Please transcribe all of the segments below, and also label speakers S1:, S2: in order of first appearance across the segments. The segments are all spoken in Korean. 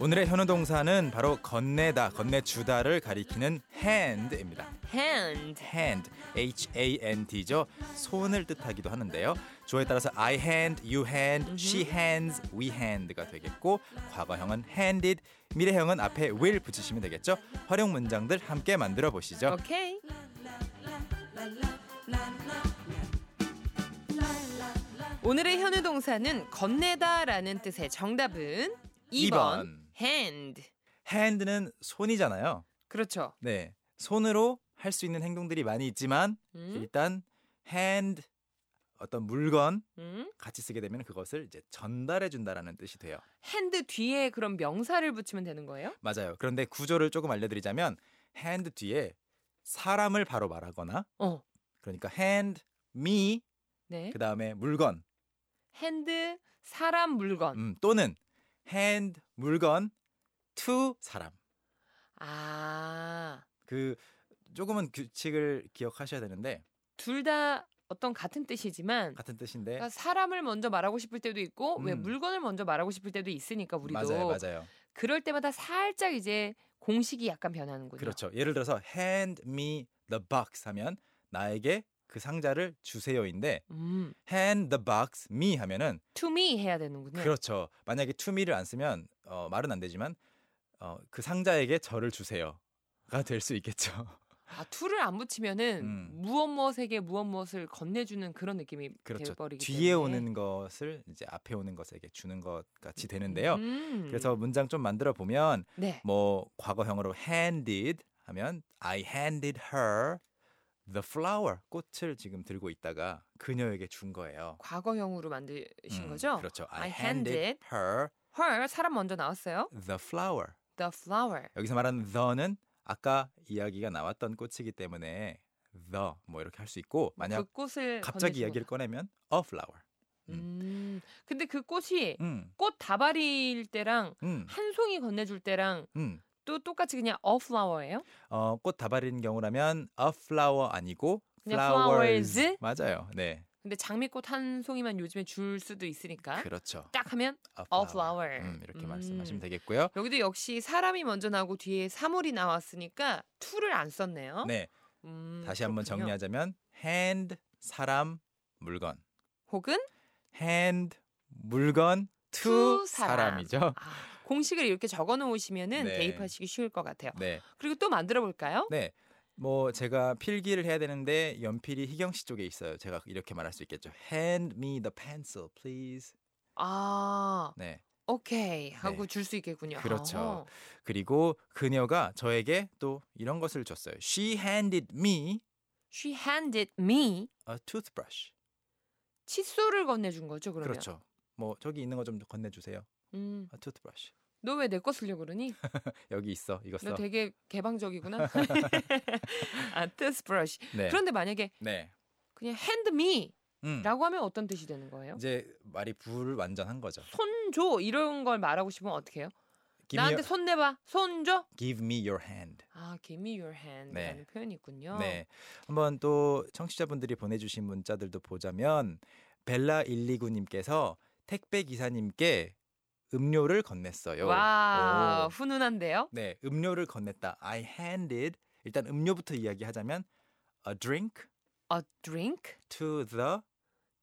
S1: 오늘의 현우 동사는 바로 건네다, 건네주다를 가리키는 hand입니다.
S2: hand.
S1: hand, h-a-n-d죠. 손을 뜻하기도 하는데요. 주어에 따라서 I hand, you hand, she hands, we hand가 되겠고 과거형은 handed, 미래형은 앞에 will 붙이시면 되겠죠. 활용 문장들 함께 만들어 보시죠.
S2: 오케이. 오늘의 현우 동사는 건네다라는 뜻의 정답은 2번, hand.
S1: hand는 손이잖아요.
S2: 그렇죠.
S1: 네, 손으로 할 수 있는 행동들이 많이 있지만
S2: 음?
S1: 일단 hand 어떤 물건
S2: 음?
S1: 같이 쓰게 되면 그것을 이제 전달해 준다라는 뜻이 돼요.
S2: hand 뒤에 그럼 명사를 붙이면 되는 거예요?
S1: 맞아요. 그런데 구조를 조금 알려드리자면 hand 뒤에 사람을 바로 말하거나
S2: 어.
S1: 그러니까 hand me
S2: 네.
S1: 그 다음에 물건
S2: hand 사람 물건.
S1: 음, 또는 hand 물건 to 사람
S2: 아.
S1: 그 조금은 규칙을 기억하셔야 되는데
S2: 둘 다 어떤 같은 뜻이지만
S1: 같은 뜻인데
S2: 그러니까 사람을 먼저 말하고 싶을 때도 있고 왜
S1: 음.
S2: 물건을 먼저 말하고 싶을 때도 있으니까 우리도
S1: 맞아요, 맞아요.
S2: 그럴 때마다 살짝 이제 공식이 약간 변하는군요.
S1: 그렇죠. 예를 들어서 hand me the box 하면 나에게 그 상자를 주세요인데
S2: 음,
S1: hand the box me 하면은
S2: to me 해야 되는군요.
S1: 그렇죠. 만약에 투미를 안 쓰면 어, 말은 안 되지만 어, 그 상자에게 저를 주세요가 될 수 있겠죠.
S2: 아, to를 안 붙이면은
S1: 음.
S2: 무엇 무엇에게 무엇 무엇을 건네주는 그런 느낌이
S1: 그렇죠.
S2: 돼버리기
S1: 뒤에
S2: 때문에.
S1: 오는 것을 이제 앞에 오는 것에게 주는 것 같이 되는데요.
S2: 음.
S1: 그래서 문장 좀 만들어 보면
S2: 네.
S1: 뭐 과거형으로 handed 하면 I handed her the flower 꽃을 지금 들고 있다가 그녀에게 준 거예요.
S2: 과거형으로 만드신
S1: 음,
S2: 거죠?
S1: 그렇죠.
S2: I
S1: I, handed
S2: handed
S1: her
S2: 헐 사람 먼저 나왔어요.
S1: the flower.
S2: The flower.
S1: 여기서 말하는 the는 아까 이야기가 나왔던 꽃이기 때문에 the 뭐 이렇게 할 수 있고 만약
S2: 그 꽃을
S1: 갑자기
S2: 건네주는
S1: 이야기를
S2: 거다.
S1: 꺼내면 a flower.
S2: 음. 근데 그 꽃이
S1: 음,
S2: 꽃 다발일 때랑
S1: 음,
S2: 한 송이 건네줄 때랑
S1: 음.
S2: 또 똑같이 그냥 a flower예요?
S1: 어, 꽃 다발인 경우라면 a flower 아니고
S2: 그냥
S1: flowers. 맞아요. 네,
S2: 근데 장미꽃 한 송이만 요즘에 줄 수도 있으니까
S1: 그렇죠.
S2: 딱 하면
S1: a
S2: 아? a flower.
S1: 음, 이렇게
S2: 음.
S1: 말씀하시면 되겠고요.
S2: 여기도 역시 사람이 먼저 나오고 뒤에 사물이 나왔으니까 to를 안 썼네요.
S1: 네,
S2: 어? 음,
S1: 다시 한번
S2: 그렇군요.
S1: 정리하자면 hand 사람 물건,
S2: 혹은
S1: hand 물건 to,
S2: to 사람.
S1: 사람이죠.
S2: 아, 공식을 이렇게 적어 놓으시면은
S1: 네.
S2: 대입하시기 쉬울 것 같아요.
S1: 네.
S2: 그리고 또 만들어 볼까요?
S1: 네. 뭐 제가 필기를 해야 되는데 연필이 희경 씨 쪽에 있어요. 제가 이렇게 말할 수 있겠죠. Hand me the pencil, please.
S2: 아,
S1: 네.
S2: 오케이 하고 줄 수 있겠군요.
S1: 그렇죠.
S2: 어.
S1: 그리고 그녀가 저에게 또 이런 것을 줬어요. She handed me
S2: She handed me
S1: a toothbrush.
S2: 칫솔을 건네준 거죠, 그러면.
S1: 그렇죠. 뭐 저기 있는 거 좀 건네주세요.
S2: 음,
S1: A toothbrush.
S2: 너 왜 내 거 쓰려고 그러니?
S1: 여기 있어. 이거
S2: 너
S1: 써.
S2: 되게 개방적이구나. 아, 트스 브러쉬.
S1: 네.
S2: 그런데 만약에
S1: 네.
S2: 그냥 핸드미라고
S1: 음.
S2: 하면 어떤 뜻이 되는 거예요?
S1: 이제 말이 불완전한 거죠.
S2: 손줘 이런 걸 말하고 싶으면 어떻게 해요?
S1: Give me,
S2: 나한테
S1: your,
S2: 손 내봐. 손 줘.
S1: give me your hand.
S2: 아, give me your hand라는
S1: 네.
S2: 표현이 있군요.
S1: 네. 한번 또 청취자분들이 보내주신 문자들도 보자면 벨라 129님께서 택배 기사님께 음료를 건넸어요.
S2: 와,
S1: 오.
S2: 훈훈한데요.
S1: 네, 음료를 건넸다. I handed. 일단 음료부터 이야기하자면 a drink
S2: A drink
S1: to the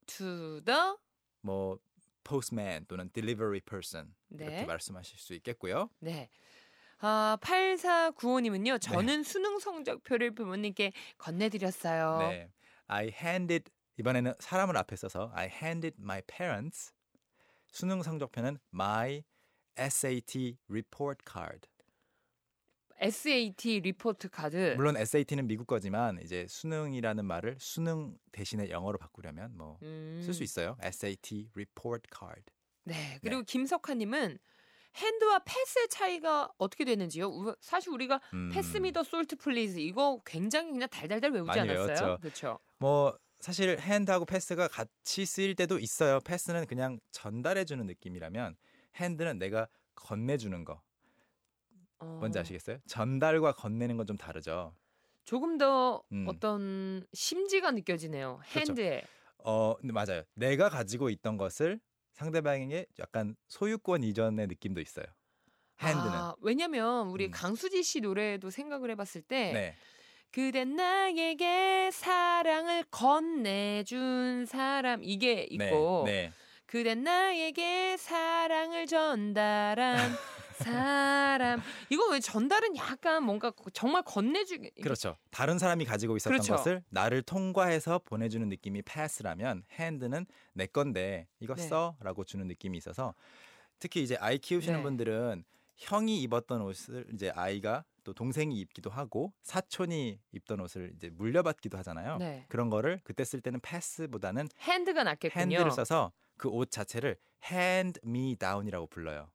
S2: to the
S1: 뭐 postman 또는 delivery person 이렇게
S2: 네.
S1: 말씀하실 수 있겠고요.
S2: 네. 아,
S1: 네.
S2: 8495님은요. 저는 수능 성적표를 부모님께 건네드렸어요.
S1: 네. I handed 이번에는 사람을 앞에 써서 I handed my parents 수능 성적표는 my SAT report card.
S2: SAT 리포트 카드.
S1: 물론 SAT는 미국 거지만 이제 수능이라는 말을 수능 대신에 영어로 바꾸려면 뭐 쓸 수
S2: 음.
S1: 있어요. SAT report card.
S2: 네. 그리고 김석하님은 핸드와 패스의 차이가 어떻게 되는지요? 우- 사실 우리가
S1: 음,
S2: 패스 미더 솔트 플리즈 이거 굉장히 그냥 달달달 외우지
S1: 많이
S2: 않았어요?
S1: 외웠죠.
S2: 그렇죠.
S1: 뭐 사실 hand하고 패스가 같이 쓰일 때도 있어요. 패스는 그냥 전달해 주는 느낌이라면 hand는 내가 건네주는 거.
S2: 어,
S1: 뭔지 아시겠어요? 전달과 건네는 건 좀 다르죠.
S2: 조금 더
S1: 음.
S2: 어떤 심지가 느껴지네요.
S1: 그렇죠.
S2: 핸드에.
S1: 어 근데 맞아요. 내가 가지고 있던 것을 상대방에게 약간 소유권 이전의 느낌도 있어요. 핸드는.
S2: 아, 왜냐면 우리
S1: 음.
S2: 강수지 씨 노래도 생각을 해봤을 때
S1: 네.
S2: 그댄 나에게 사랑을 건네준 사람 이게 있고
S1: 네.
S2: 그댄 나에게 사랑을 전달한 사람 이거 왜 전달은 약간 뭔가 정말 건네주기
S1: 네. 그렇죠. 다른 사람이 가지고 있었던
S2: 그렇죠.
S1: 것을 나를 통과해서 보내주는 느낌이 pass라면 hand는 내 건데 이거
S2: 네.
S1: 써라고 주는 느낌이 있어서 특히 이제 아이 키우시는
S2: 네.
S1: 분들은 형이 입었던 옷을 이제 아이가 또 동생이 입기도 하고 사촌이 입던 옷을 이제 물려받기도 하잖아요.
S2: 네.
S1: 그런 거를 그때 쓸 때는 pass보다는
S2: 핸드가 낫겠군요.
S1: 핸드를 써서 그 옷 자체를 hand me down이라고 불러요.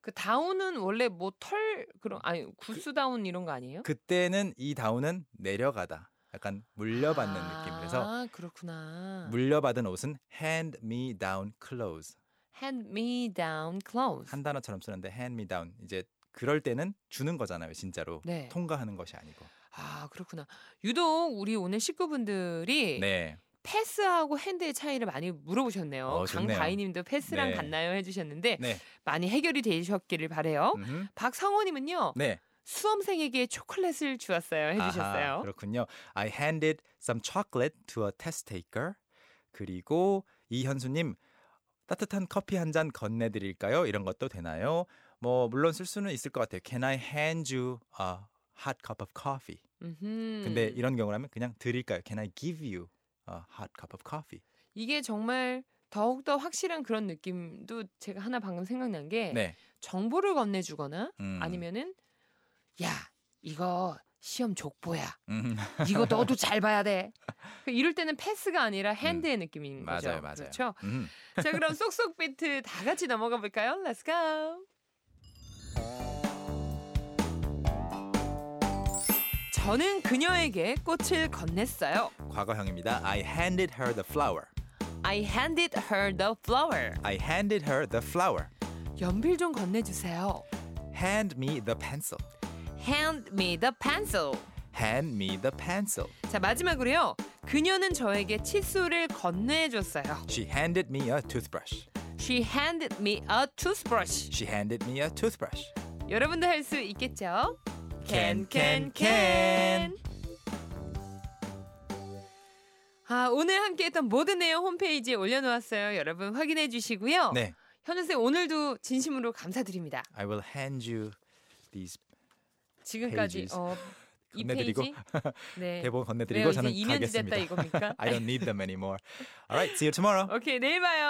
S2: 그 다운은 원래 뭐 털
S1: 음.
S2: 그런 아니 구스 다운 이런 거 아니에요?
S1: 그때는 이 다운은 내려가다. 약간 물려받는
S2: 아,
S1: 느낌. 그래서
S2: 그렇구나.
S1: 물려받은 옷은 hand me down clothes.
S2: hand me down clothes.
S1: 한 단어처럼 쓰는데 hand me down. 이제 그럴 때는 주는 거잖아요, 진짜로.
S2: 네.
S1: 통과하는 것이 아니고.
S2: 아 그렇구나. 유독 우리 오늘 식구분들이
S1: 네.
S2: 패스하고 핸드의 차이를 많이 물어보셨네요.
S1: 어, 좋네요.
S2: 강다희님도 패스랑
S1: 네.
S2: 같나요 해주셨는데
S1: 네.
S2: 많이 해결이 되셨기를 바래요.
S1: 음흠.
S2: 박성호님은요
S1: 네.
S2: 수험생에게 초콜릿을 주었어요 해주셨어요.
S1: 아하, 그렇군요. I handed some chocolate to a test taker. 그리고 이현수님 따뜻한 커피 한 잔 건네드릴까요? 이런 것도 되나요? 뭐 물론 쓸 수는 있을 것 같아요. Can I hand you a hot cup of coffee?
S2: 음흠.
S1: 근데 이런 경우라면 그냥 드릴까요? Can I give you a hot cup of coffee?
S2: 이게 정말 더욱 더 확실한 그런 느낌도 제가 하나 방금 생각난 게
S1: 네.
S2: 정보를 건네주거나
S1: 음.
S2: 아니면은 야 이거 시험 족보야
S1: 음.
S2: 이거 너도 잘 봐야 돼 그 이럴 때는 패스가 아니라 핸드의 느낌인 거죠
S1: 음. 맞아요, 맞아요.
S2: 그렇죠
S1: 음.
S2: 자 그럼 쏙쏙 비트 다 같이 넘어가 볼까요 Let's go 저는 그녀에게 꽃을 건넸어요
S1: 과거형입니다. I handed her the flower.
S2: I handed her the flower
S1: I handed her the flower.
S2: 연필 좀 건네주세요
S1: Hand me the pencil.
S2: Hand me the pencil
S1: Hand me the pencil.
S2: 자 마지막으로요. 그녀는 저에게 칫솔을 건네줬어요.
S1: She handed me a toothbrush.
S2: She handed me a toothbrush.
S1: She handed me a toothbrush.
S2: 여러분도 할 수 있겠죠?
S1: Can, can, can.
S2: 아 오늘 함께했던 모든 내용 홈페이지에 올려놓았어요. 여러분 확인해 주시고요.
S1: 네.
S2: 현우 쌤 오늘도 진심으로 감사드립니다.
S1: I will hand you these
S2: 지금까지
S1: Pages.
S2: 어, 이
S1: 건네드리고
S2: 페이지 네.
S1: 대본 건네드리고
S2: 왜요? 이제
S1: 저는
S2: 이면지 됐다
S1: 가겠습니다.
S2: 이겁니까?
S1: I don't need them anymore. All right, see you tomorrow.
S2: 오케이 내일 봐요.